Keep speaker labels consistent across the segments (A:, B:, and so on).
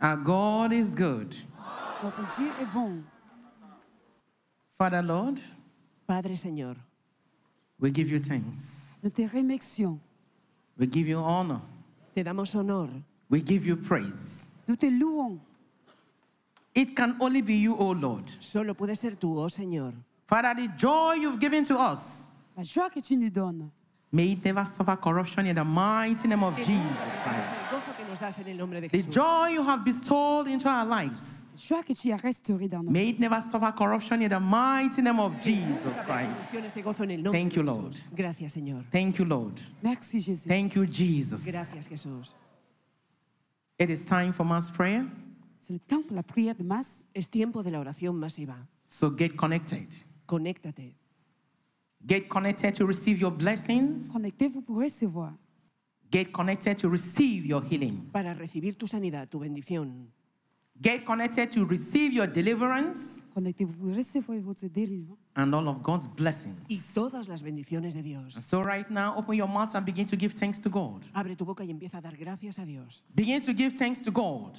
A: Our God is good.
B: Notre Dieu est bon.
A: Father, Lord,
B: Padre Seigneur,
A: we give you thanks.
B: nous te remercions,
A: We give you honor.
B: te damos honor,
A: We give you praise.
B: nous te louons.
A: It can only be you, O Lord.
B: Solo puede ser tú, oh Señor.
A: Father, the joy you've given to us,
B: La joie que tu nous donnes,
A: may it never suffer corruption in the mighty name of Jesus Christ.
B: el gozo que nos das en el nombre de
A: The
B: Jesús.
A: joy you have bestowed into our lives,
B: La joie que tu as restaurée dans nos
A: may it never suffer corruption in the mighty name of Jesus Christ.
B: Bendiciones de gozo en el nombre
A: Thank
B: de
A: you,
B: Jesús.
A: Lord.
B: Gracias, Señor.
A: Thank you, Lord.
B: Merci, Jésus.
A: Thank you, Jesus.
B: Gracias, Jesús.
A: It is time for mass prayer,
B: C'est le temps pour la prière de masse. Es tiempo de la oración masiva.
A: so get connected.
B: Conéctate.
A: Get connected to receive your blessings.
B: Connectez-vous pour recevoir.
A: Get connected to receive your healing.
B: Para recibir tu sanidad, tu bendición.
A: Get connected to receive your deliverance
B: Connectez-vous pour recevoir votre délivrance.
A: and all of God's
B: Y
A: blessings.
B: todas las bendiciones de Dios.
A: And so, right now, open your mouth and begin to give thanks to God.
B: Abre tu boca y empieza a dar gracias a Dios.
A: Begin to give thanks to God.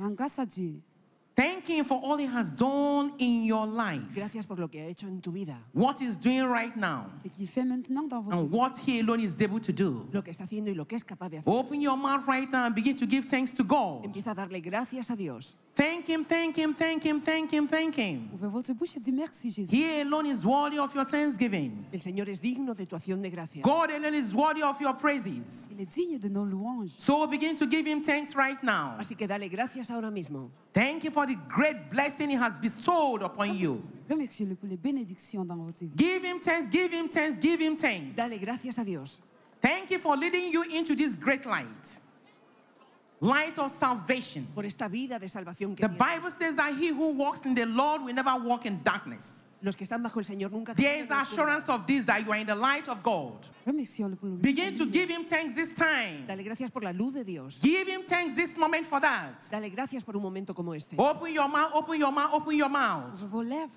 B: Rends grâce à Dieu.
A: Thank Him for all He has done in your life,
B: Gracias por lo que ha hecho en tu vida.
A: what He's doing right now,
B: Ce qu'il fait maintenant dans votre
A: and what He alone is able to do.
B: Lo que está haciendo y lo que es capaz de hacer.
A: Open your mouth right now and begin to give thanks to God.
B: Empieza a darle gracias a Dios.
A: Thank Him, thank Him, thank Him, thank Him, thank Him.
B: Ouvrez votre bouche et dites merci, Jésus.
A: He alone is worthy of your thanksgiving.
B: El Señor es digno de tu acción de gracias.
A: God alone is worthy of your praises.
B: Il est digne de nos louanges.
A: So begin to give Him thanks right now.
B: Así que dale gracias ahora mismo.
A: Thank Him for the great blessing He has bestowed upon you.
B: Remerciez-le pour les bénédictions dans votre vie.
A: Give Him thanks, give Him thanks, give Him thanks.
B: Dale gracias a Dios.
A: Thank you for leading you into this great light, light of salvation.
B: Por esta vida de salvación que
A: The
B: tienes.
A: Bible says that he who walks in the Lord will never walk in darkness.
B: Los que están bajo el Señor nunca
A: There
B: caerán en
A: is
B: la
A: the
B: oscuridad.
A: assurance of this that you are in the light of God.
B: Remercions-le pour le
A: Begin to give him thanks this time.
B: Dale gracias por la luz de Dios.
A: Give him thanks this moment for that.
B: Dale gracias por un momento como este.
A: Open your mouth, open your mouth, open your mouth.
B: Je vos lèvres.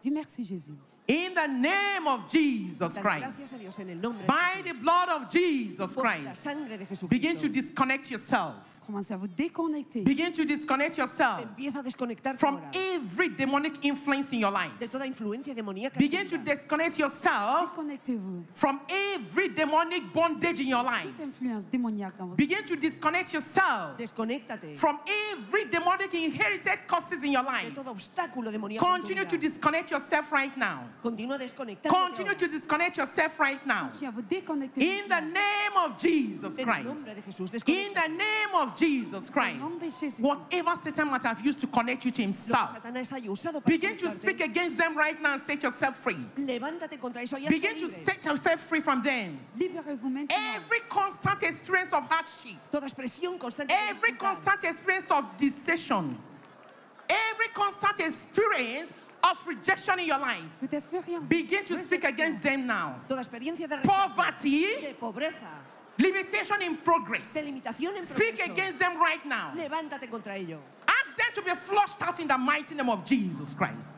B: Dis merci, Jésus.
A: In the name of Jesus
B: Dale gracias
A: Christ,
B: a Dios en el nombre
A: by
B: de
A: the
B: Jesús.
A: blood of Jesus
B: Por la
A: Christ,
B: sangre de Jesús.
A: begin to disconnect yourself.
B: Commencez à vous déconnecter.
A: Begin to disconnect yourself.
B: Empieza a desconectarte
A: from
B: ahora
A: every demonic influence in your life.
B: de toda influencia demoníaca. en tu
A: Begin to
B: vida.
A: disconnect yourself
B: Déconnectez-vous.
A: from every demonic bondage in your life.
B: Toute influence démoniaque dans votre vie.
A: Begin to disconnect yourself
B: Desconéctate
A: from every demonic inherited causes in your
B: de
A: life.
B: todo obstáculo demoníaco. en tu
A: Continue to
B: vida.
A: disconnect yourself right now.
B: Continúa desconectando.
A: Continue to disconnect yourself right now.
B: Continue à vous déconnecter.
A: In the name of Jesus
B: En el nombre
A: Christ.
B: de Jesús,
A: In
B: desconecta.
A: the name of
B: nom
A: Jesus
B: de Jésus.
A: Christ. Whatever Satan might have used to connect you to
B: Lo que
A: himself,
B: Satanás haya usado para
A: begin to
B: conectarte,
A: speak against them right now and set yourself free.
B: Levántate contra eso y hazte
A: Begin to
B: libre.
A: set yourself free from them.
B: Libérez-vous maintenant.
A: Every constant experience of hardship,
B: Toda expresión constante. de
A: every
B: dificultad,
A: constant experience of deception, every constant experience of rejection in your life,
B: Toute expérience.
A: begin to speak
B: Réflexion.
A: against them now.
B: Toda experiencia de rechazo,
A: Poverty,
B: de pobreza,
A: limitation in progress.
B: de limitación en
A: Speak
B: progreso.
A: against them right now.
B: Levántate contra ello.
A: Ask them to be flushed out in the mighty name of Jesus Christ.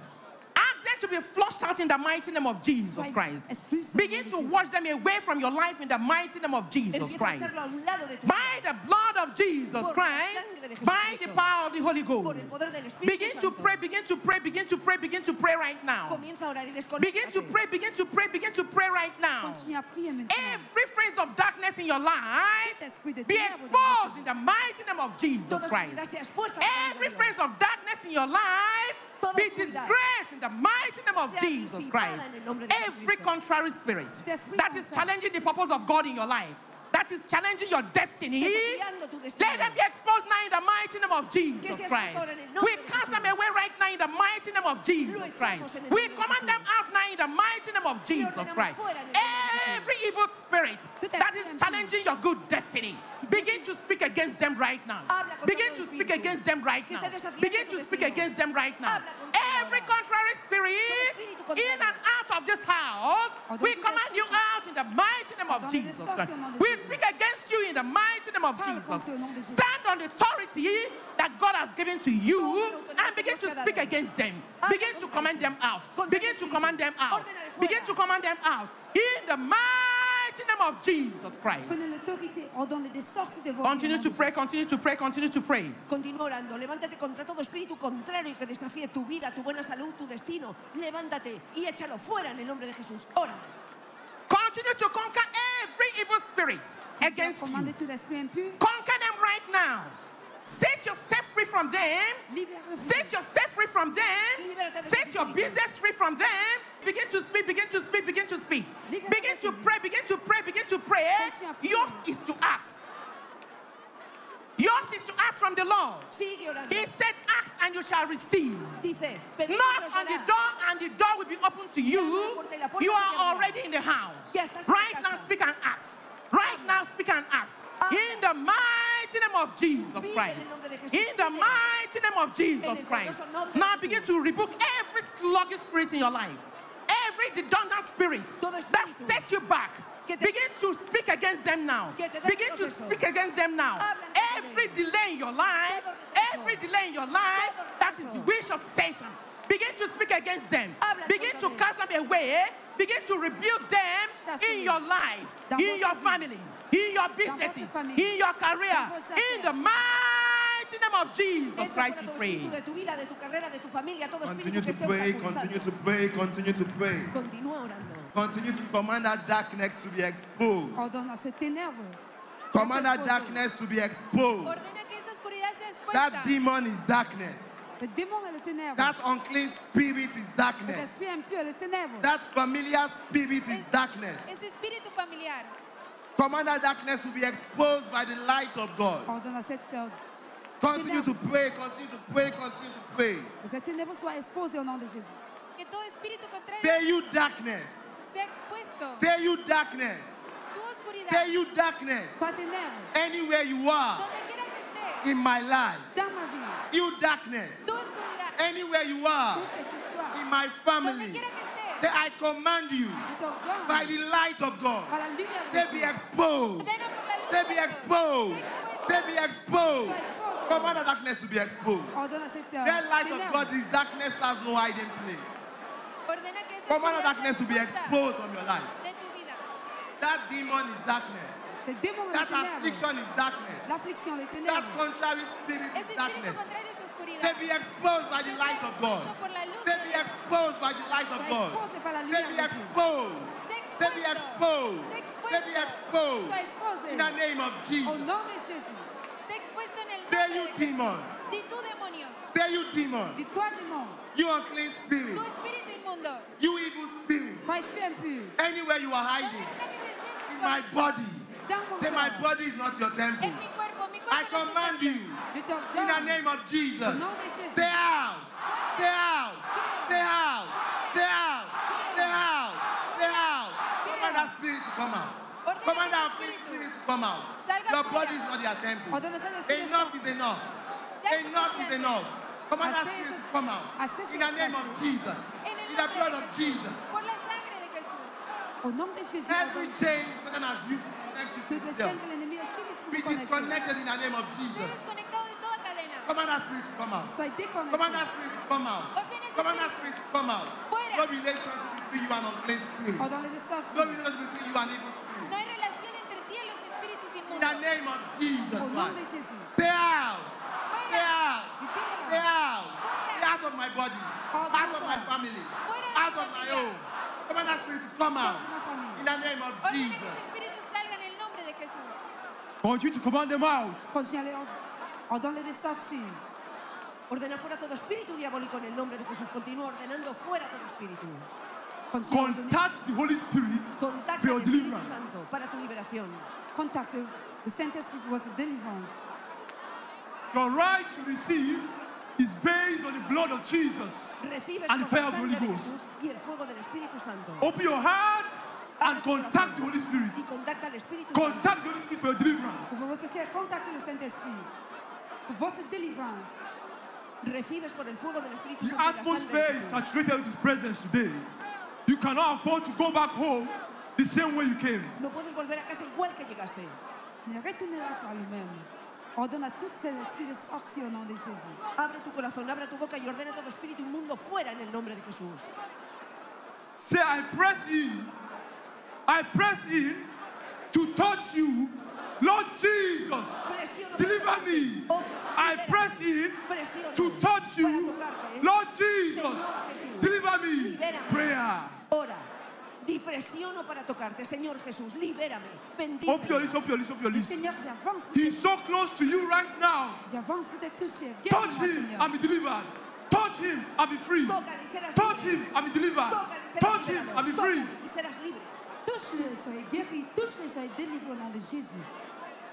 A: Ask them to be flushed out in the mighty name of Jesus Christ. Begin to wash them away from your life in the mighty name of Jesus
B: Empieza a
A: Christ.
B: echarlo a un lado de tu
A: By the blood of Jesus
B: Por la
A: Christ,
B: sangre de
A: by the
B: Jesucristo.
A: power of the Holy
B: por el
A: Ghost.
B: poder del Espíritu
A: Begin to
B: Santo.
A: pray, begin to pray, begin to pray, begin to pray right now.
B: Comienza a orar y desconecta.
A: Begin to pray, begin to pray, begin to pray right now.
B: Continue à prier maintenant.
A: Every phase of darkness in your life
B: Tout esprit de
A: be
B: ténèbres dans
A: exposed in the mighty name of Jesus
B: Toda oscuridad
A: Christ.
B: sea expuesta. al poder de
A: Every
B: Dios.
A: phase of darkness in your life
B: Toda
A: be
B: oscuridad
A: disgraced in the mighty name of
B: sea
A: Jesus
B: disipada
A: Christ.
B: en el nombre de
A: Every
B: Jesucristo.
A: contrary spirit
B: esprit
A: that is
B: contrario.
A: challenging the purpose of God in your life, that is challenging your destiny,
B: Desafiando tu destino.
A: let them be exposed now in the mighty name of
B: Que sea
A: Jesus
B: expuesto
A: Christ.
B: ahora en el nombre
A: We
B: de
A: cast them
B: Jesús.
A: away right now in the mighty name of Jesus
B: echamos en
A: Christ.
B: el nombre
A: We
B: de
A: command them
B: Jesús.
A: out now in the mighty name of Jesus
B: ordenamos
A: Christ.
B: fuera en el nombre de Jesús.
A: Every evil spirit
B: Tout
A: that
B: esprit
A: is
B: impur.
A: challenging your good destiny, begin to speak against them right now.
B: Habla con
A: Begin
B: todo
A: to
B: el
A: speak
B: espíritu
A: against them right
B: que
A: now.
B: está desafiando
A: Begin
B: tu
A: to speak
B: destino.
A: against them right now.
B: Habla con todo
A: Every
B: ahora.
A: contrary
B: Todo
A: spirit
B: espíritu
A: in
B: contrario.
A: and out of this house,
B: Ordonne
A: we
B: de
A: command you
B: sortir.
A: out in the mighty name of
B: Ordonne de
A: Jesus
B: sortir
A: Christ.
B: au nom de
A: We
B: Jésus.
A: speak against you in the mighty name of
B: Parle contre le nom de
A: Jesus.
B: Jésus.
A: Stand on the authority that God has given to you
B: Sobre l'autorité
A: and begin
B: que
A: to
B: Dios te ha
A: speak
B: dado.
A: against them.
B: Habla
A: Begin to
B: contra
A: command
B: ellos.
A: them out.
B: Contra
A: Begin
B: ese
A: to
B: espíritu.
A: command them out.
B: Órdenale fuera.
A: Begin to command them out. In the mighty mighty name of Jesus Christ.
C: Prenez l'autorité en- dans les des sortes de vos
A: Continue to pray, continue to pray, continue to pray.
C: Continúa orando. Levántate contra todo espíritu contrario que desafíe tu vida, tu buena salud, tu destino. Levántate y échalo fuera en el nombre de Jesús. Ora.
A: Continue to conquer every evil spirit against you.
D: Commandez tout esprit impur.
A: Conquer them right now. Set yourself free from them.
C: Libéralos.
A: Set yourself free from them. Set your business free from them. Begin to speak, begin to speak, begin to speak. Begin to pray, begin to pray, begin to pray. Yours is to ask. Yours is to ask from the Lord.
C: Sigue orando.
A: He said, Ask and you shall receive.
C: Dice, pedid y se
A: Knock
C: os
A: on the
C: dará.
A: door and the door will be open to you. You are already in the house. Right Um, now, speak and ask. Right now, speak and ask. In the mighty name of Jesus Christ. In the mighty name of Jesus Christ. Now begin to rebuke every sluggish spirit in your life. Every redundant spirit that set you back. Begin to speak against them now. Begin to speak against them now. Every delay in your life, every delay in your life, that is the wish of Satan. Begin to speak against them. Begin to cast them away. Begin to rebuke them in your life, in your family, in your businesses, in your career. In the mighty name of Jesus
C: Echa
A: Christ,
C: fuera
A: we
C: todo
A: pray.
C: espíritu de tu vida, de tu carrera, de tu familia, todo
B: Continue
C: espíritu que
B: to
C: esté
B: pray,
C: obstaculizando.
B: continue to pray, continue to pray.
C: Continúa orando.
B: Continue to command that darkness to be exposed.
D: Ordonne à ces ténèbres.
B: Command that
D: exposed.
B: darkness to be exposed.
E: Ordena que esa oscuridad sea expuesta.
B: That demon is darkness.
D: Ce démon est le ténèbre.
B: That unclean spirit is
D: Cet
B: darkness.
D: esprit impur est le ténèbre.
B: That familiar spirit is darkness.
E: Ese espíritu familiar.
B: Command that darkness to be exposed by the light of God.
D: Ordonne à cette, euh,
B: Continue to pray, continue to pray, continue to pray.
D: que ces ténèbres soient exposées au nom de Jésus.
E: Que todo espíritu contrario
B: Say you darkness.
E: sea expuesto.
B: Say you darkness.
E: Tu oscuridad,
B: Say you darkness.
D: Sois ténèbre
B: Anywhere you are
E: donde quiera que estés.
B: in my life.
D: dans ma vie.
B: You darkness.
E: Tu oscuridad,
B: Anywhere you are
D: Où que tu sois,
B: in my
E: donde
B: family.
E: quiera que
B: Say
E: estés.
B: I command you
D: je
B: by
D: t'ordonne
B: the light of
D: par
B: God.
D: la lumière
B: They
D: de
B: be
D: Dieu.
B: exposed.
E: Ordena por la luz.
B: They be
E: de Dios.
B: exposed.
E: Sea expuesto.
B: They be exposed.
D: Sois exposé.
B: Command the darkness to be exposed.
D: Ordonne à cette euh,
B: That light of
D: ténèbre
B: God, this darkness has no hiding place.
E: Ordena que esa
B: Command the
E: oscuridad sea
B: darkness to be
E: expuesta
B: exposed from your life.
E: de tu vida.
B: That demon is darkness.
D: Ce démon est
B: That
D: le ténèbre.
B: affliction is darkness.
D: L'affliction, les
B: That
D: ténèbres.
B: contrary spirit
E: Ese
B: is
E: espíritu
B: darkness.
E: contrario es
B: They
E: oscuridad.
B: be exposed by the light of God. They be exposed by the light of God. They be exposed.
E: Sea
B: They be
E: expuesto.
B: exposed.
E: Sea
B: They be
E: expuesto.
B: exposed.
D: Sois exposé
B: In the name of
E: Oh,
D: au
B: Jesus.
D: nom de Jésus.
E: Sea expuesto en el
B: Say
E: nombre
B: you
E: de Jesús.
B: demon.
E: Di tu demonio.
B: Say you demon.
D: Dis-toi, démon,
B: You unclean spirit.
E: Tu espíritu inmundo.
B: You evil spirit.
D: toi, esprit impur,
B: Anywhere you are
E: Donde
B: hiding.
E: quiera que te estés es
B: In my body.
D: dans mon
B: Say my
D: corps,
B: body is not your temple.
E: En mi cuerpo, mi cuerpo. no
B: I
E: es tu
B: command
E: templo.
B: you.
D: je
B: In the
D: t'ordonne
B: name of Jesus.
D: au nom de Jésus.
B: Stay out. Stay out. Stay out. Stay out. Stay out. Stay out. Command that spirit to come out. Command that unclean spirit to come out. Your body is not your temple.
D: Ordonne à cet esprit de
B: Enough
D: sorcier.
B: is enough.
E: Ya es
B: Enough is
E: suficiente.
B: enough. Command that
D: Assez
B: spirit to
D: se-
B: come out.
D: assez se
B: In the name of
D: passe.
B: Jesus.
E: En el
B: In the
E: nombre
B: blood
E: de Jesús.
B: of Jesus.
E: Por la sangre de Jesús.
D: Au
B: Oh,
D: nom de Jésus,
B: Every
D: ordonne
B: chain Satan has used to connect you
D: toutes
B: to
D: les
B: yourself.
D: chaînes que l'ennemi a utilisées pour
B: Be
D: nous connecter.
B: disconnected in the name of
E: Sé
B: Jesus.
E: desconectado de toda cadena.
B: Command that spirit to come out.
D: Sois déconnecté.
B: Command that spirit to come out.
E: Ordena ese
B: Command that spirit
E: espíritu.
B: to come out.
E: Fuera.
B: No relationship between you and unclean spirit.
D: Ordonne les sorties
B: No relationship between you and evil
E: Oh, No
B: spirit.
E: hay relación entre ti y los espíritus
B: In the
E: inmundos.
B: name of Jesus
E: Oh,
D: au nom de
B: Christ.
D: Jésus.
B: Stay out. Stay
E: Fuera.
B: out. Stay
D: Dis-toi,
B: out. Stay out of my body.
E: Oh,
D: Ordonne.
B: Out of my family.
E: Fuera de
B: Out
E: mi
B: of my
E: familia.
B: home. Command that spirit to come
D: sors
B: out.
D: de ma
B: In
D: famille.
B: the name of
E: Ordena que
B: Jesus.
E: ese espíritu salga en el nombre de Jesús.
F: want you to command them out.
D: Continue à les ordonner. Ordonne les sorties.
C: Ordena fuera todo espíritu diabólico en el nombre de Jesús. Continúa ordenando fuera todo espíritu.
D: Continue à ordonner.
F: Contact the Holy Spirit.
C: Contacta
F: For your
C: al Espíritu
F: deliverance.
C: Santo para tu liberación.
D: Contact le le Saint-Esprit pour votre délivrance.
F: Your right to receive is based on the blood of Jesus
C: Recibes
F: and the
C: por
F: fire
C: la
F: of the
C: sangre
F: Holy
C: de
F: Ghost.
C: Jesús y el fuego del Espíritu Santo.
B: Oh.
F: Open your heart
C: Abre
F: and
C: tu
F: contact the
C: corazón
F: Holy
C: Y
F: Spirit.
C: contacta al Espíritu Santo.
F: Contact the Holy Spirit for your deliverance.
D: Ouvrez votre cœur, contactez le Saint-Esprit pour votre délivrance.
C: Recibes por el fuego del Espíritu
F: The
C: Santo. y la sangre de
F: atmosphere is
C: Jesús.
F: saturated with His presence today. You cannot afford to go back home the same way you came.
C: No puedes volver a casa igual que llegaste.
D: Ne retournera pas le même. Ordonne à tout cet esprit de sortir au nom de Jésus.
C: Abre tu corazón, abre tu boca y ordena todo espíritu inmundo fuera en el nombre de Jesús.
F: Say, I press in. I press in to touch you. Lord Jesus,
C: Presiono para
F: deliver
C: tocarte.
F: me.
C: Ojos,
F: I
C: libérame.
F: press in
C: Presiono
F: to touch you.
C: para tocarte. ¿eh?
F: Lord Jesus,
C: Señor Jesús,
F: deliver me.
C: libérame.
F: Prayer.
C: Ora, di presiono para tocarte, Señor Jesús, libérame, bendice.
F: Open your lips, open your lips, open your
B: Dis,
F: lips.
B: Seigneur, j'avance pour te
F: He's so close to you right now.
B: J'avance pour te toucher.
F: Touch
B: Guéris-moi,
F: him
B: Seigneur.
F: and be delivered. Touch him and be free.
C: Tócale y serás
F: Touch
C: libre.
F: him and be delivered.
C: Tócale y serás
F: Touch him
C: liberado.
F: and be free.
C: Tócale y serás libre.
B: Touche-le, soyez guéri. Touche-le, soyez délivré au nom de Jésus.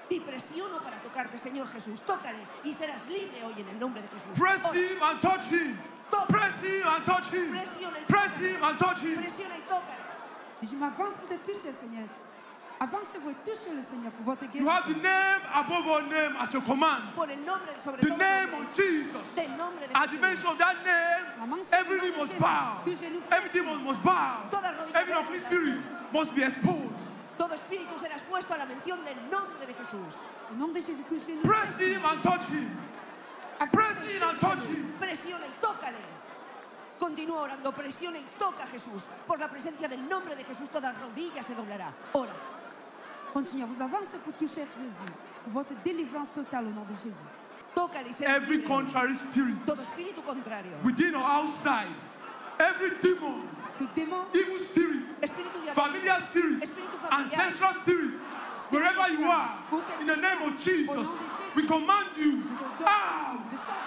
C: Di presiono para tocarte, Señor Jesús, tócale y serás libre hoy en el nombre de Jesús.
F: Press
C: Ora,
F: him and touch him.
C: Tócale.
F: Press him and touch him.
C: Presiona y
F: Press
C: tócale.
F: him and touch him.
C: Presiona y tócale.
B: Je m'avance pour te toucher, Seigneur. Avancez-vous et touchez-le, Seigneur, pour votre
F: You have the
B: guérison.
F: name above all name at your command.
C: Por el nombre, sobre
F: The
C: todo
F: name
C: nombre,
F: of Jesus.
C: del nombre de
F: At the
C: Jesús.
F: mention of that
B: La
F: name,
B: mention
F: every
B: du nom
F: knee
B: de
F: must
B: Jésus.
F: bow.
B: Tous genoux
F: Every
B: fléchis.
F: demon must bow.
C: Toda rodilla
F: Every
C: doble
F: unclean
C: la
F: spirit must be exposed.
C: Todo espíritu será expuesto a la mención del nombre de Jesús.
B: Au nom de Jésus, touchez-nous.
F: Press him and touch him. Press
B: Avancez-vous et
F: him and touch
B: touchez-le.
F: him.
C: Presiona y tócale. Continúa orando, presiona y toca a Jesús. Por la presencia del nombre de Jesús, toda rodilla se doblará. Ora,
B: Continuez, vous avancez pour toucher Jésus, pour votre délivrance totale au nom de Jésus.
C: tócale y serás
F: Every
C: libre.
F: contrary spirit
C: Todo espíritu contrario.
F: within or outside, every demon,
B: Tout démon,
F: evil spirit,
C: Espíritu de
F: familiar spirit,
C: Espíritu familiar.
F: ancestral spirit, wherever you are, in the name of Jesus, we command you out,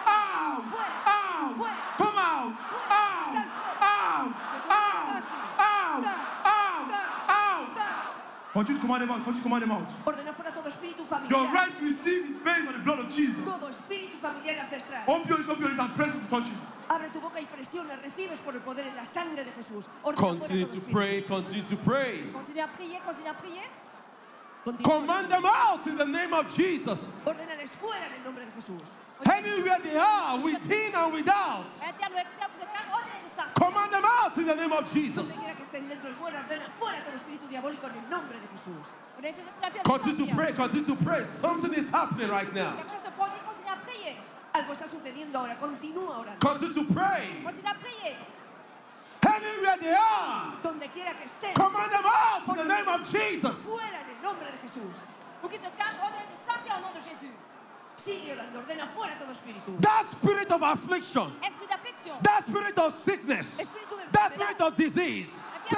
F: out, out, come out, out, out, out, out, out, out. Continue to command them out, continue to command them out.
C: Ordena fuera todo espíritu
F: Your
C: familiar.
F: right to receive is based on the blood of Jesus.
C: Todo espíritu familiar ancestral.
F: Open your lips, open your lips, and press it to touch him.
C: Abre tu boca y presiona. Recibes por el poder en la sangre de Jesús. Ordena fuera
G: Continue
C: todo
G: to
C: espíritu.
G: pray, continue to pray.
H: Continue à prier, continue à prier.
C: Continúa.
G: Command them out in the name of Jesus.
C: Ordénales fuera en el nombre de Jesús.
G: Anywhere they are, within and without,
H: Interne ou externe, où se cache, ordonnez de sortir.
G: command them out in the name of
C: Donde
G: Jesus.
C: quiera que estén dentro y fuera, ordena fuera todo espíritu diabólico en el nombre de Jesús.
H: Ordonnez ces esprits impies de
G: Continue to
H: sortir.
G: pray, continue to pray. Something is happening right now.
H: Quelque chose se produit, continue à prier.
C: Algo está sucediendo ahora. Continúa orando.
G: Continue to pray.
H: Continue à prier.
G: Anywhere they are,
C: Donde quiera que estén,
G: command them out in the name of Jesus.
C: fuera en el nombre de Jesús.
H: Où qu'ils se cachent, ordonnez de sortir au nom de Jésus.
C: Sigue orando. Ordena fuera todo espíritu.
G: That spirit of affliction,
H: Esprit d'affliction.
G: that spirit of sickness, that spirit of disease, say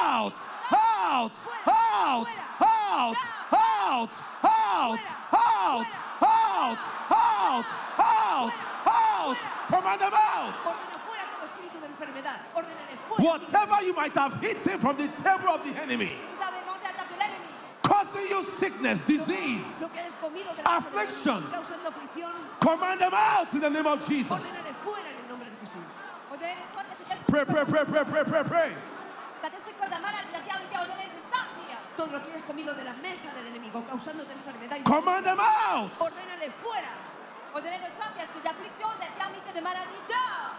G: out, out, out, out, out, out, out, out, out, out, out, command them out.
C: Ordena fuera todo espíritu de enfermedad. Ordénale fuera.
G: Whatever you might have hidden from the table of the enemy,
H: Vous avez mangé à la table de l'ennemi.
G: causing you sickness, disease,
C: Lo que has comido de la
G: Affliction.
C: causando aflicción,
G: command them out in the name of Jesus.
C: ordénale fuera en el nombre de Jesús.
H: Ordonnez de sortir cet esprit.
G: Pray, pray, pray, pray, pray, pray, pray.
H: Cet esprit qui cause la maladie, l'infirmité, ordonnez de sortir.
C: Todo lo que has comido de la mesa del enemigo, causándote enfermedad. y-
G: Command them out.
C: Ordénale fuera.
H: Ordonnez de sortir, esprit d'affliction, d'infirmité, de maladie, dehors.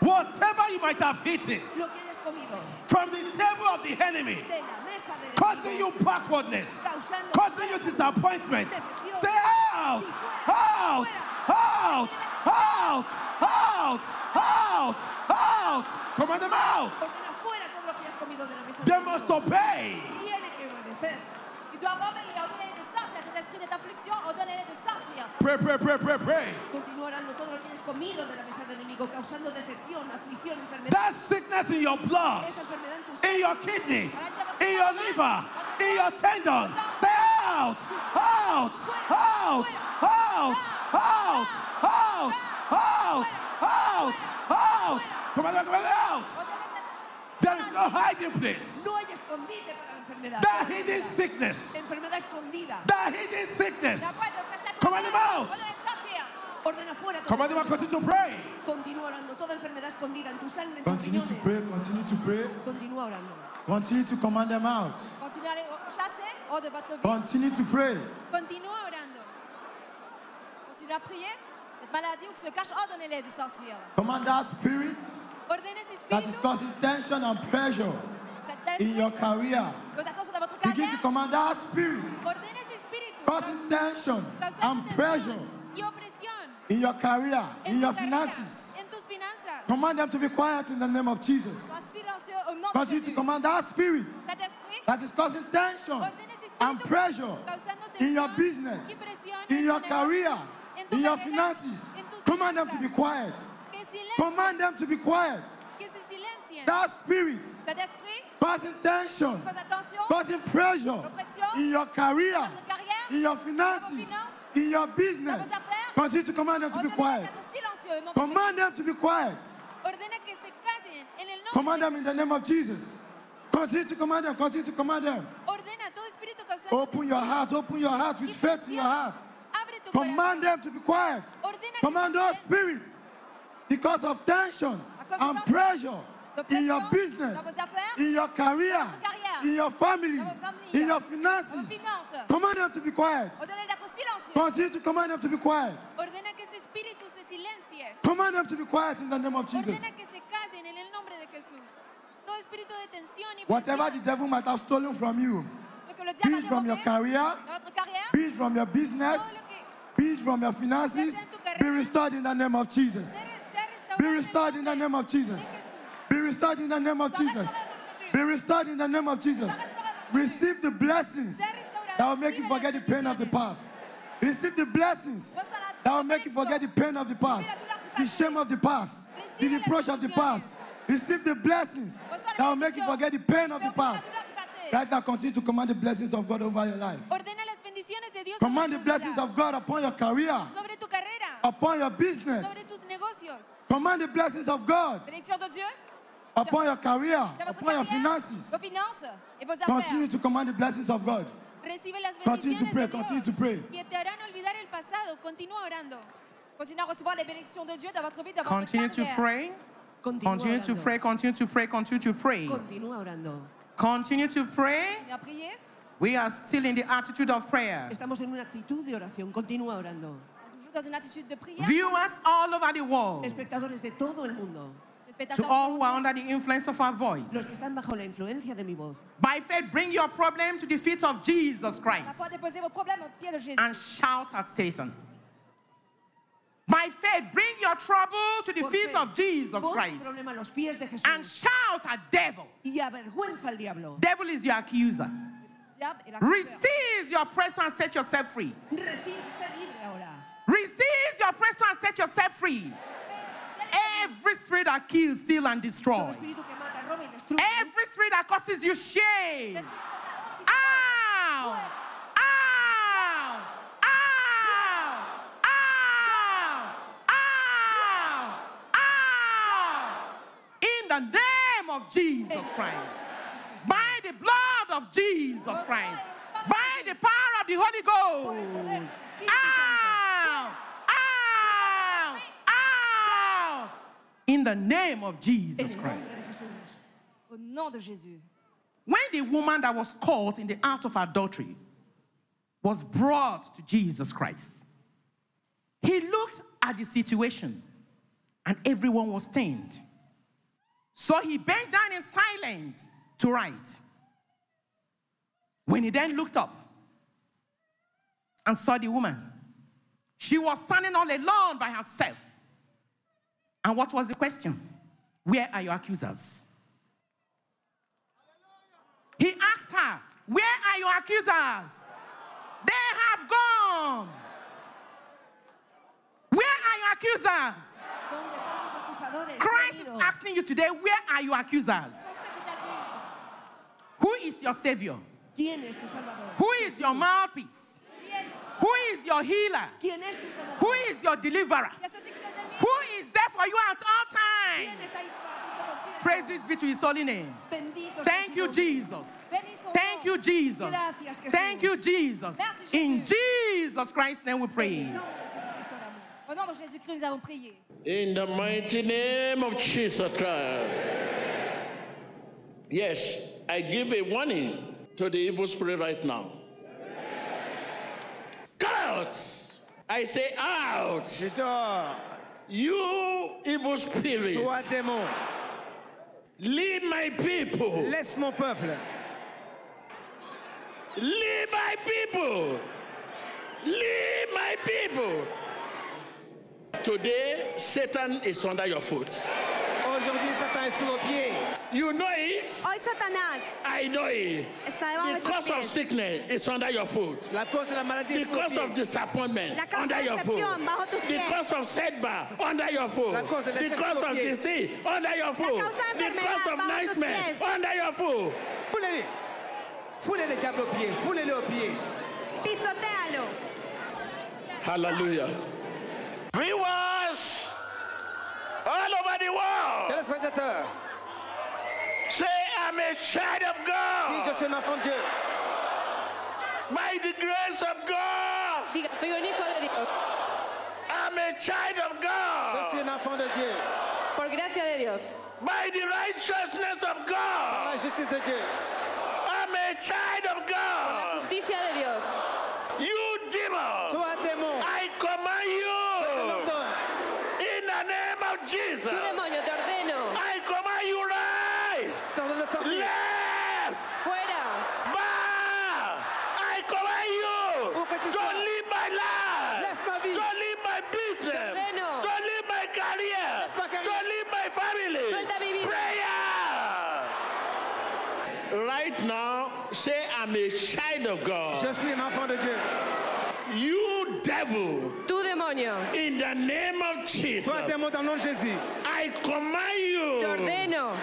G: Whatever you might have hidden
C: Lo que hayas comido
G: from the table of the enemy,
C: de la mesa del
G: causing
C: enemigo,
G: you backwardness,
C: Causando-
G: causing you disappointment. Say out, out, out, out, out, out, out. Command them out.
C: ordena fuera todo lo que hayas comido de la mesa del
G: They must
C: enemigo.
G: obey.
C: Tiene que obedecer.
H: Ils doivent obéir, ordonnez de sortir. Cet esprit d'affliction, ordonnez de sortir.
G: Pray, pray, pray, pray, pray.
C: Continúa orando todo lo que hayas comido de la mesa del enemigo, causando decepción, aflicción, enfermedad.
G: That sickness in your blood,
C: Esa enfermedad en tu
G: in
C: sangre.
G: your kidneys, in your liver, in your tendon. Say out, out, out, out, out, out, out, out, out. Come on, come on,
H: Ordonnez
G: out.
H: cette
G: There is no hiding place.
C: No hay escondite para la enfermedad.
G: That hidden sickness,
C: Enfermedad escondida.
G: that hidden
H: La
G: sickness.
H: voix de cachette.
G: Command them out.
H: Ordonnez de sortir.
C: Ordena fuera todo.
G: Come on, everyone, continue to pray.
C: Continúa orando toda enfermedad escondida en tu sangre, en tus
D: Continue to
C: riñones.
D: pray, continue to pray,
C: Continúa orando.
D: continue to command them out.
H: Continuez à les chasser hors de votre vie.
D: Continue to pray.
E: Continúa orando.
H: Continuez à prier. Cette maladie où qui se cache, ordonnez-les de sortir.
D: Command that spirit
E: Ordena ese
D: that is
E: espíritu
D: causing tension and pressure
H: Cette
D: in your
H: telle
D: career.
H: Faites attention dans votre
D: Begin to
H: carrière.
D: command that spirit
E: Ordena ese espíritu
D: causing tension and
E: causando
D: pressure
E: tensión y opresión
D: in your career,
E: en
D: in
E: tu
D: your
E: carrera,
D: finances.
E: en tus finanzas.
D: Command them to be quiet in the name of Jesus.
H: Sois silencieux au nom de
D: Continue to
H: Jésus.
D: command that spirit
H: Cet esprit
D: that is causing tension
E: Ordena ese
D: and
E: espíritu
D: pressure
E: causando
D: in your
E: tensión y
D: business,
E: presión en
D: in
E: tu
D: your
E: negocio,
D: career,
E: en tu
D: in your
E: carrera,
D: finances.
E: en tus
D: Command them to be
E: finanzas.
D: quiet.
E: Que silencien,
D: Command them to be quiet.
E: que se silencien.
D: That spirit
H: Cet esprit,
D: causing tension,
H: fais attention
D: causing pressure in your career, in your finances, in your business. Continue to command them to be
H: Ordonnez
D: quiet.
H: d'être silencieux. non-
D: Command them to be quiet.
E: Ordena que se callen en el nombre
D: Command
E: de
D: them in the name of Jesus. Continue to command them. Continue to command them.
E: Ordena a todo espíritu causando
D: Open Oh, your heart. Open your heart with faith in your heart.
E: Abre tu
D: Command them to be quiet.
E: Ordena que
D: Command
E: se
D: all
E: silencien.
D: spirits because of tension
H: cause
D: and
H: du
D: pressure
H: de
D: in your
H: pression
D: business,
H: dans vos affaires,
D: in your career,
H: dans votre carrière,
D: in your family,
H: dans votre famille,
D: in your
H: dans vos
D: finances.
H: finances.
D: Command them to be quiet.
H: Ordonnez d'être silencieux.
D: Continue to command them to be quiet.
E: Ordena que ese espíritu se silencie.
D: Command them to be quiet in the name of
E: Ordena
D: Jesus.
E: que se callen en el nombre de Jesús. Todo espíritu de tensión y
D: Whatever the
E: presión,
D: devil might have stolen from you,
H: Ce que le
D: be
H: diable
D: it
H: a
D: from your
H: dérobé
D: career,
H: dans votre carrière,
D: be it from your business,
E: todo lo que
D: be it from your finances, be restored in the name of Jesus.
E: se se ha restaurado
D: Be
E: en el
D: restored in the
E: nombre
D: name of
E: de
D: Jesus.
E: Jesús.
D: Be restored in the name of
H: ça reste
D: Jesus.
H: dans le nom de Jésus.
D: Be restored in the name of Jesus. Receive the blessings
E: Se ha restaurado.
D: that will make you
E: Recibe las
D: forget the pain of the
E: bendiciones.
D: past. Receive the blessings
H: Reçois la
D: that will make you
H: bénédiction.
D: forget the pain of the past, the shame of the past, the reproach of the past. Receive the blessings
H: Reçois la
D: that will make you
H: bénédiction.
D: forget the pain of
H: Fais
D: the
H: oublier la
D: past.
H: douleur du passé.
D: Right now, continue to command the blessings of God over your life.
E: Ordena las bendiciones de Dios
D: Command the
E: sobre tu vida,
D: blessings of God upon your career,
E: sobre tu carrera,
D: upon your
E: sobre
D: business.
E: tus negocios.
D: Command the blessings of God
H: Bénédiction de Dieu
D: upon your career,
H: sur votre
D: upon your
H: carrière,
D: finances.
H: vos finances et vos affaires.
D: Continue to command the blessings of God.
E: Recibe las
D: Continue to
E: bendiciones
D: pray,
E: de Dios
D: continue to pray.
E: que te harán olvidar el pasado. Continúa orando.
H: Continuez à recevoir les bénédictions de Dieu dans votre vie, dans votre
A: Continue to
H: carrière.
A: pray.
C: Continúa
A: Continue to
C: orando.
A: pray. Continue to pray. Continue to pray.
C: Continúa orando.
A: Continue to pray.
H: Continuez à prier.
A: We are still in the attitude of prayer.
C: Estamos en una actitud de oración. Continúa orando.
H: Toujours dans une attitude de prière.
A: Viewers all over the world,
C: Espectadores de todo el mundo,
H: Les
A: to
H: spectateurs
A: all who are
H: mondiaux,
A: under the influence of our
C: los que
A: voice,
C: están bajo la influencia de mi voz,
A: by faith, bring your problem to the feet of Jesus
H: à
A: Christ
H: pouvoir déposer vos problèmes au pied de Jésus.
A: and shout at Satan. By faith, bring your trouble to the
C: Por
A: feet
C: fe,
A: of Jesus
C: pon tu
A: Christ
C: problema a los pies de
A: and
C: Jesús
A: shout at devil.
C: y avergüenza al diablo.
A: Devil is your accuser.
H: Diable et la couleur.
A: Receive your pressure and set yourself free.
C: Recibe ser libre ahora.
A: Receive your pressure and set yourself free. Every spirit that kills, steal, and
C: Todo
A: destroy.
C: espíritu que mata, roba y destruye.
A: Every spirit that causes you
H: L'esprit
A: shame.
H: de Satan qui
A: Ah! Out! Out! Out! Out! Out! Out! In the name of Jesus Christ. By the blood of Jesus Christ. By the power of the Holy Ghost. Out! Out! Out! In the name of Jesus Christ.
H: Au nom de Jésus.
A: When the woman that was caught in the act of adultery was brought to Jesus Christ, he looked at the situation and everyone was stained. So he bent down in silence to write. When he then looked up and saw the woman, she was standing all alone by herself. And what was the question? Where are your accusers? He asked her, Where are your accusers? They have gone. Where are your accusers?
C: ¿Dónde están tus acusadores?
A: Christ is
C: Venidos.
A: asking you today, Where are your accusers?
H: Pour ceux qui t'accusent,
A: Who is your savior?
C: ¿Quién es tu salvador?
A: Who is your mouthpiece?
H: viennent.
A: Who is your healer?
C: ¿Quién es tu
A: Who
C: salvador?
A: is your deliverer?
H: Il y a ceux qui te délivrent.
A: Who is there for you at all
C: ¿Quién
A: times?
C: está ahí para ti todo el tiempo?
A: Praises be to his holy name.
C: Bendito sea
A: Thank
C: tu
A: you,
C: nombre.
A: Jesus.
H: Bénis son
A: Thank
H: nom.
A: you, Jesus.
C: Gracias, Jesús.
A: Thank you, Jesus.
H: Merci,
A: In
H: Jésus.
A: Jesus Christ's name we
C: En
A: pray.
C: el nombre de Jesucristo oramos.
H: Au nom de Jésus-Christ, nous avons prié.
I: In the mighty name of Jesus Christ. Yes, I give a warning to the evil spirit right now. Get out! I say out!
J: dehors.
I: You evil spirit,
J: Oh, Toi, démon,
I: lead my people!
J: laisse mon peuple.
I: Leave my people. Leave my people. Today, Satan is under your foot.
J: Aujourd'hui, Aujourd'hui, Satan est sous vos pieds.
I: You know it.
K: Hoy Satanás
I: I know it.
K: está debajo de
I: The
K: tus
I: cause of
K: pies.
I: sickness is under your foot.
J: La cause de la maladie est
I: The
J: sous vos
I: cause
J: pieds.
I: of disappointment
K: La causa
I: under
K: de
I: your foot.
K: decepción bajo tus
I: The
K: pies.
I: cause of setback under your foot.
J: La cause de
I: The
J: l'échec
I: cause
J: sous vos
I: of
J: pieds.
I: disease under your foot.
K: causa de
I: The
K: enfermedad
I: cause of
K: bajo tus
I: nightmare
K: pies.
I: under your foot.
J: Foulez-les. Foulez le diable aux pieds. Foulez-le aux pieds.
K: Pisotealo.
I: Hallelujah. Viewers all over the world,
J: Téléspectateurs,
I: say, I'm a child of
J: dis je
I: God
J: suis un enfant de Dieu.
I: by the grace of God.
H: Diga, soy un hijo de Dios.
I: I'm a child of
J: Je suis
I: God
J: un enfant de Dieu.
H: Por gracia de Dios.
I: by the righteousness of
J: Par
I: God.
J: la justice de Dieu.
I: I'm a child of God.
H: Justicia de Dios.
I: You demon,
J: Toi, démon,
I: I
J: je te
I: command
J: l'ordonne.
I: you in the name of Jesus.
H: Tu demonio, te ordeno.
I: I command you right,
J: Je t'ordonne de sortir.
I: left,
H: Fuera.
I: back. I command you
J: Où que tu sois.
I: don't leave my life.
J: Laisse ma vie.
I: Don't leave my business.
H: Ordeno.
I: Don't leave my career.
J: Laisse ma carrière.
I: Don't leave my family.
H: Suelta mi vida.
I: Prayer. Right now, say I'm a child of God.
J: Je suis un enfant de Dieu.
I: You devil,
H: Tu demonio.
I: in the name of Jesus,
J: Toi, démon, dans le nom de Jésus.
I: I
H: Te
I: command you.
H: ordeno.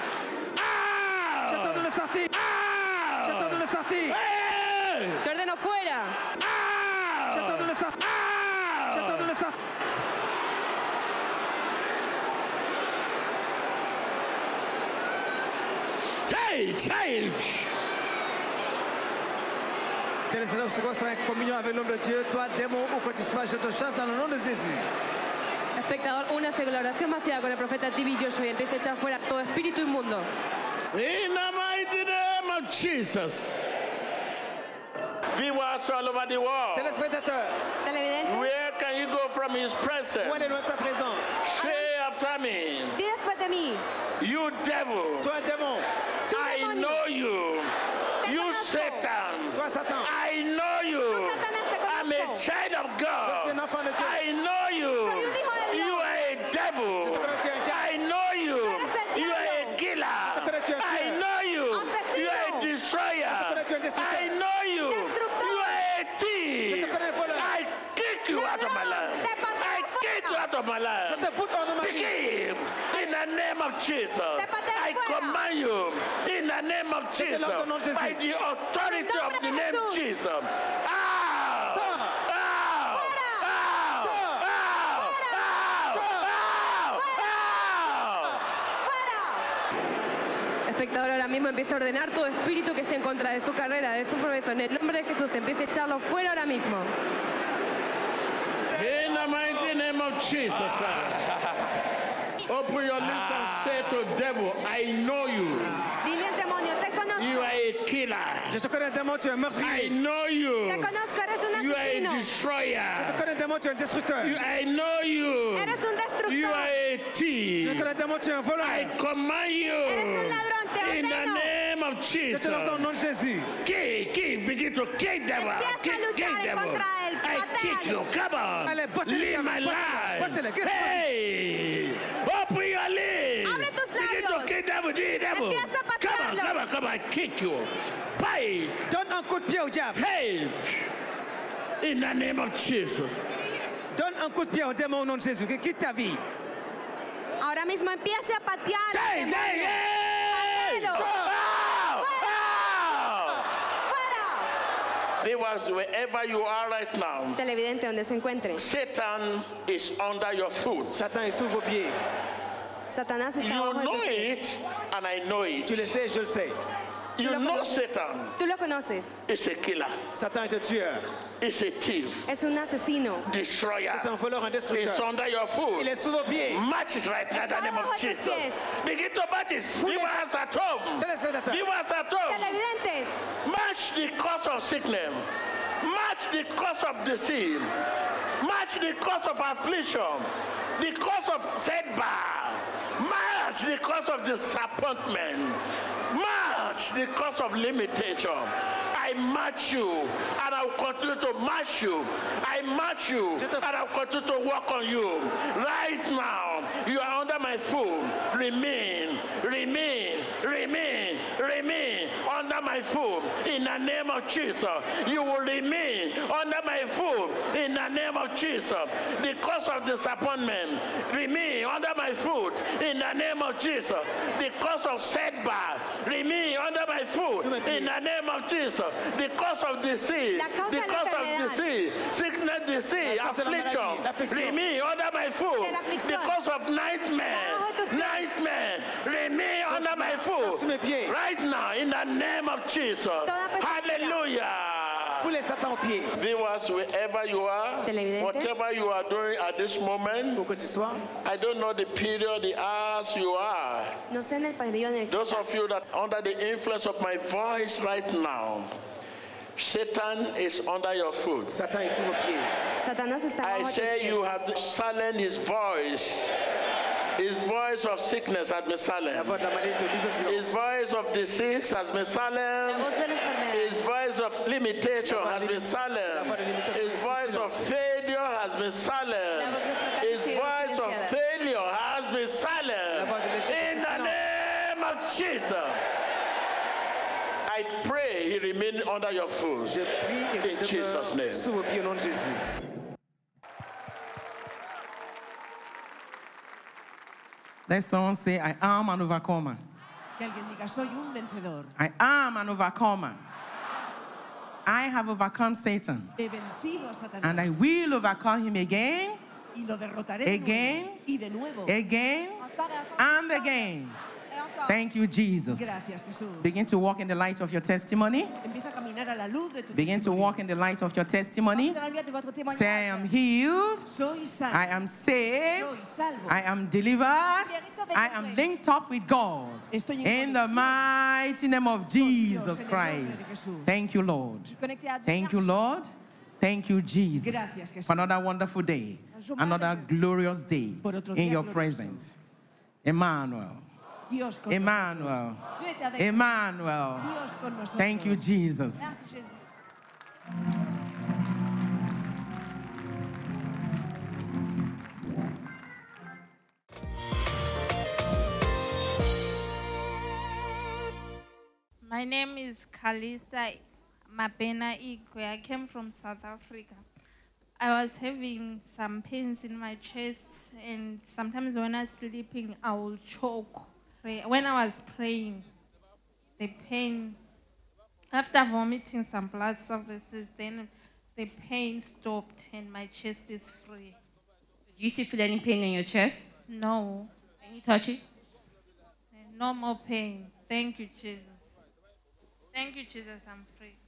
I: Out!
J: Je t'ordonne de sortir.
I: Out!
J: Je t'ordonne de sortir.
I: Hey!
H: Te ordeno fuera.
I: Out!
J: Je t'ordonne de sortir.
I: Out!
J: Je t'ordonne de sortir.
I: Hey, child!
J: Téléspectateurs, je sois en communion avec l'homme de Dieu. Toi, démon, où que tu sois, je te chasse dans le nom de Jésus.
H: Espectador, únase con la oración vaciada con el profeta Tibi yo soy. Empieza a echar fuera todo espíritu inmundo.
I: In the mighty name of Jesus. Viewers all over the world,
J: Téléspectateurs,
K: Televidente.
I: where can you go from his presence?
J: où est de sa présence
I: Say after me,
K: Di después de mí.
I: you devil,
J: Toi, démon,
I: I
K: demonio.
I: know you.
K: Te
I: You
K: conozco.
I: Satan,
J: toi, Satan,
I: I know you.
K: Tú, Satanás, te
I: I'm a
K: conozco.
I: child of
J: je suis
I: God.
J: un enfant de Dieu.
I: I know you.
K: Soy un hijo de Dios.
I: You are a devil.
J: Je te connais, tu es un diable.
I: I know you.
K: Tú eres el
I: You are a
K: diablo.
I: killer.
J: Je te connais, tu es un
I: I
J: tueur.
I: know you.
K: Asesino.
I: You are a destroyer.
J: te connais, tu es un destructeur.
I: I know you.
K: Destructor.
I: You are a thief.
J: Je te connais,
I: I
J: voleur.
I: kick you out of my
K: Ladrón.
I: life.
K: Te pateo
I: I
K: fuera.
I: kick you out of my life.
J: Je te boude hors de ma vie.
I: Begin in the name of Jesus.
K: Te pateo
I: I
K: fuera.
I: command you in the name of Jesus.
J: l'ordre au nom de Jésus.
I: By the authority
K: En el
I: of the
K: nombre de
I: name
K: Jesús.
I: Jesus. Ah!
J: Sors.
I: Ah!
K: Fuera.
I: Ah!
J: Sors.
I: Ah!
K: Fuera.
I: Ah!
J: Sors.
I: Ah! Ah!
K: ¡Fuera!
H: Espectador, ahora mismo empieza a ordenar todo espíritu que esté en contra de su carrera, de su profesión. En el nombre de Jesús, empieza a echarlo fuera ahora mismo.
I: In the mighty name of Jesus Christ. Open your lips and say to devil, I know you.
K: Dile al demonio, te
I: You
K: conozco.
I: are a killer.
J: Je te connais, démon, tu es un
I: I
J: meurtrier.
I: know you.
K: Te conozco, eres un
I: You are a
K: asesino.
J: Je te
I: destroyer.
J: connais, démon, tu es un destructeur.
I: You, I know you.
K: Eres un
I: You are
K: destructor.
I: a
J: Je te
I: thief.
J: connais, démon, tu es un
I: I
J: voleur.
I: command
K: Eres un ladrón,
I: you
K: te
I: in the
K: ordeno.
I: name of
J: Je te l'ordonne au
I: Jesus.
J: nom de Jésus.
I: Kick, kick, begin to kick devil.
K: Empieza a
I: Kick, kick
K: luchar en
I: devil.
K: contra él.
I: I kick you.
K: Pateale.
I: Come on.
J: Dale, bótele,
I: Leave
J: diablo,
I: my
J: bótele, bótele,
I: life.
J: que es
I: Hey, open your lips.
K: Abre tus
I: Begin to
K: labios.
I: kick devil, the devil.
K: Empieza a
I: Come on,
K: patearlo.
I: come on, come on. I kick you. Bite.
J: Donne un coup de pied au diable.
I: Hey, in the name of Jesus.
J: Donne un coup de pied au démon au nom de Jésus. Qui quitte ta vie.
K: Ahora mismo empiece a patear. al
I: Hey, hey,
K: demonio.
I: hey.
K: Patealo.
I: Ow, ow.
K: ¡Fuera!
I: Viewers, wherever you are right now,
K: Televidente, donde se encuentre.
I: Satan is under your foot.
J: Satan est sous vos pieds.
K: Satanás
I: You
K: está bajo de
I: know
K: tus pies.
I: it, and I know it.
J: Tu le sais, je le sais.
I: You know Satan
K: Tú lo conoces.
I: is a killer,
J: Satan est un tueur.
I: is a thief,
K: Es un asesino.
I: destroyer.
J: C'est un voleur, un
I: It's
J: destructeur.
I: under your foot.
J: Il est sous vos pieds.
I: Match it right now in the name of Jesus. Begin to match it. Viewers at home.
J: Téléspectateurs,
I: Viewers at home.
K: Televidentes,
I: Match the cause of sickness. Match the cause of disease. Match the cause of affliction. The cause of setback. Match the cause of disappointment. Match the cause of limitation. I match you and I'll continue to match you. I match you
J: Je te-
I: and I'll continue to work on you. Right now, you are under my foot. Remain remain, remain, remain under my foot in the name of Jesus. You will remain under my foot in the name of Jesus. The cause of disappointment, remain under my foot in the name of Jesus. The cause of setback, remain under my foot in the name of Jesus. The cause of disease,
K: La causa
I: the
K: de la
I: cause of
K: enfermedad.
I: disease, sickness, disease,
K: La causa de la
I: affliction,
K: maladie, la aflicción.
I: remain under my foot
K: De la aflicción.
I: because of nightmare,
K: Está bajo tus pies.
I: nightmare, remain under my foot right now in the name of Jesus. Hallelujah. Viewers, wherever you are,
K: Televidentes.
I: whatever you are doing at this moment, I don't know the period, the hours you are.
K: No sé en el periodo en el que
I: Those of you that are under the influence of my voice right now, Satan is under your foot. Satan is sous vos
K: Satanás está bajo
I: I
K: tus
I: say you
K: pies.
I: have silent his voice. His voice of sickness has been silent. His voice of disease has been silent. His voice of limitation has been silent. His voice of failure has been silent. His voice of failure has been silent. In the name of Jesus. I pray he remain under your foot. In Jesus' name.
A: Let someone say, I am an overcomer.
C: Que alguien diga, soy un vencedor.
A: I am an overcomer. I have overcome Satan.
C: He vencido a Satanás.
A: And I will overcome him again,
C: y lo derrotaré de nuevo,
A: Again.
C: y de nuevo.
A: again, and again. Thank you, Jesus.
C: Gracias, Jesús.
A: Begin to walk in the light of your testimony.
C: Empieza a caminar a la luz de tu
A: Begin to walk in the light of your testimony.
C: Marcha a la luz de votre témoignage.
A: Say, I am healed.
C: Soy salvo.
A: I am saved.
C: Soy salvo.
A: I am delivered. I am linked up with God. In the mighty name of Jesus Christ. Thank you, Lord.
L: Connecté à Dieu.
A: Thank you, Lord. Thank you,
L: Gracias,
A: Jesus,
L: Jesús.
A: for another wonderful day, another glorious day
C: otro
A: in
C: día
A: your
C: glorioso.
A: presence. Emmanuel,
C: Dios con
A: Emmanuel,
C: nosotros. Dieu est avec
A: Em-
C: nous.
A: Emmanuel.
C: Dios con nosotros.
A: Thank you, Jesus.
L: Merci Jésus.
M: My name is Kalista Mapena Igwe. I came from South Africa. I was having some pains in my chest, and sometimes when I'm sleeping, I will choke. Pray- When I was praying, the pain, after vomiting some blood substances, then the pain stopped and my chest is free.
N: Do you still feel any pain in your chest?
M: No,
N: Can you touch it?
M: no more pain. Thank you, Jesus. Thank you, Jesus. I'm free.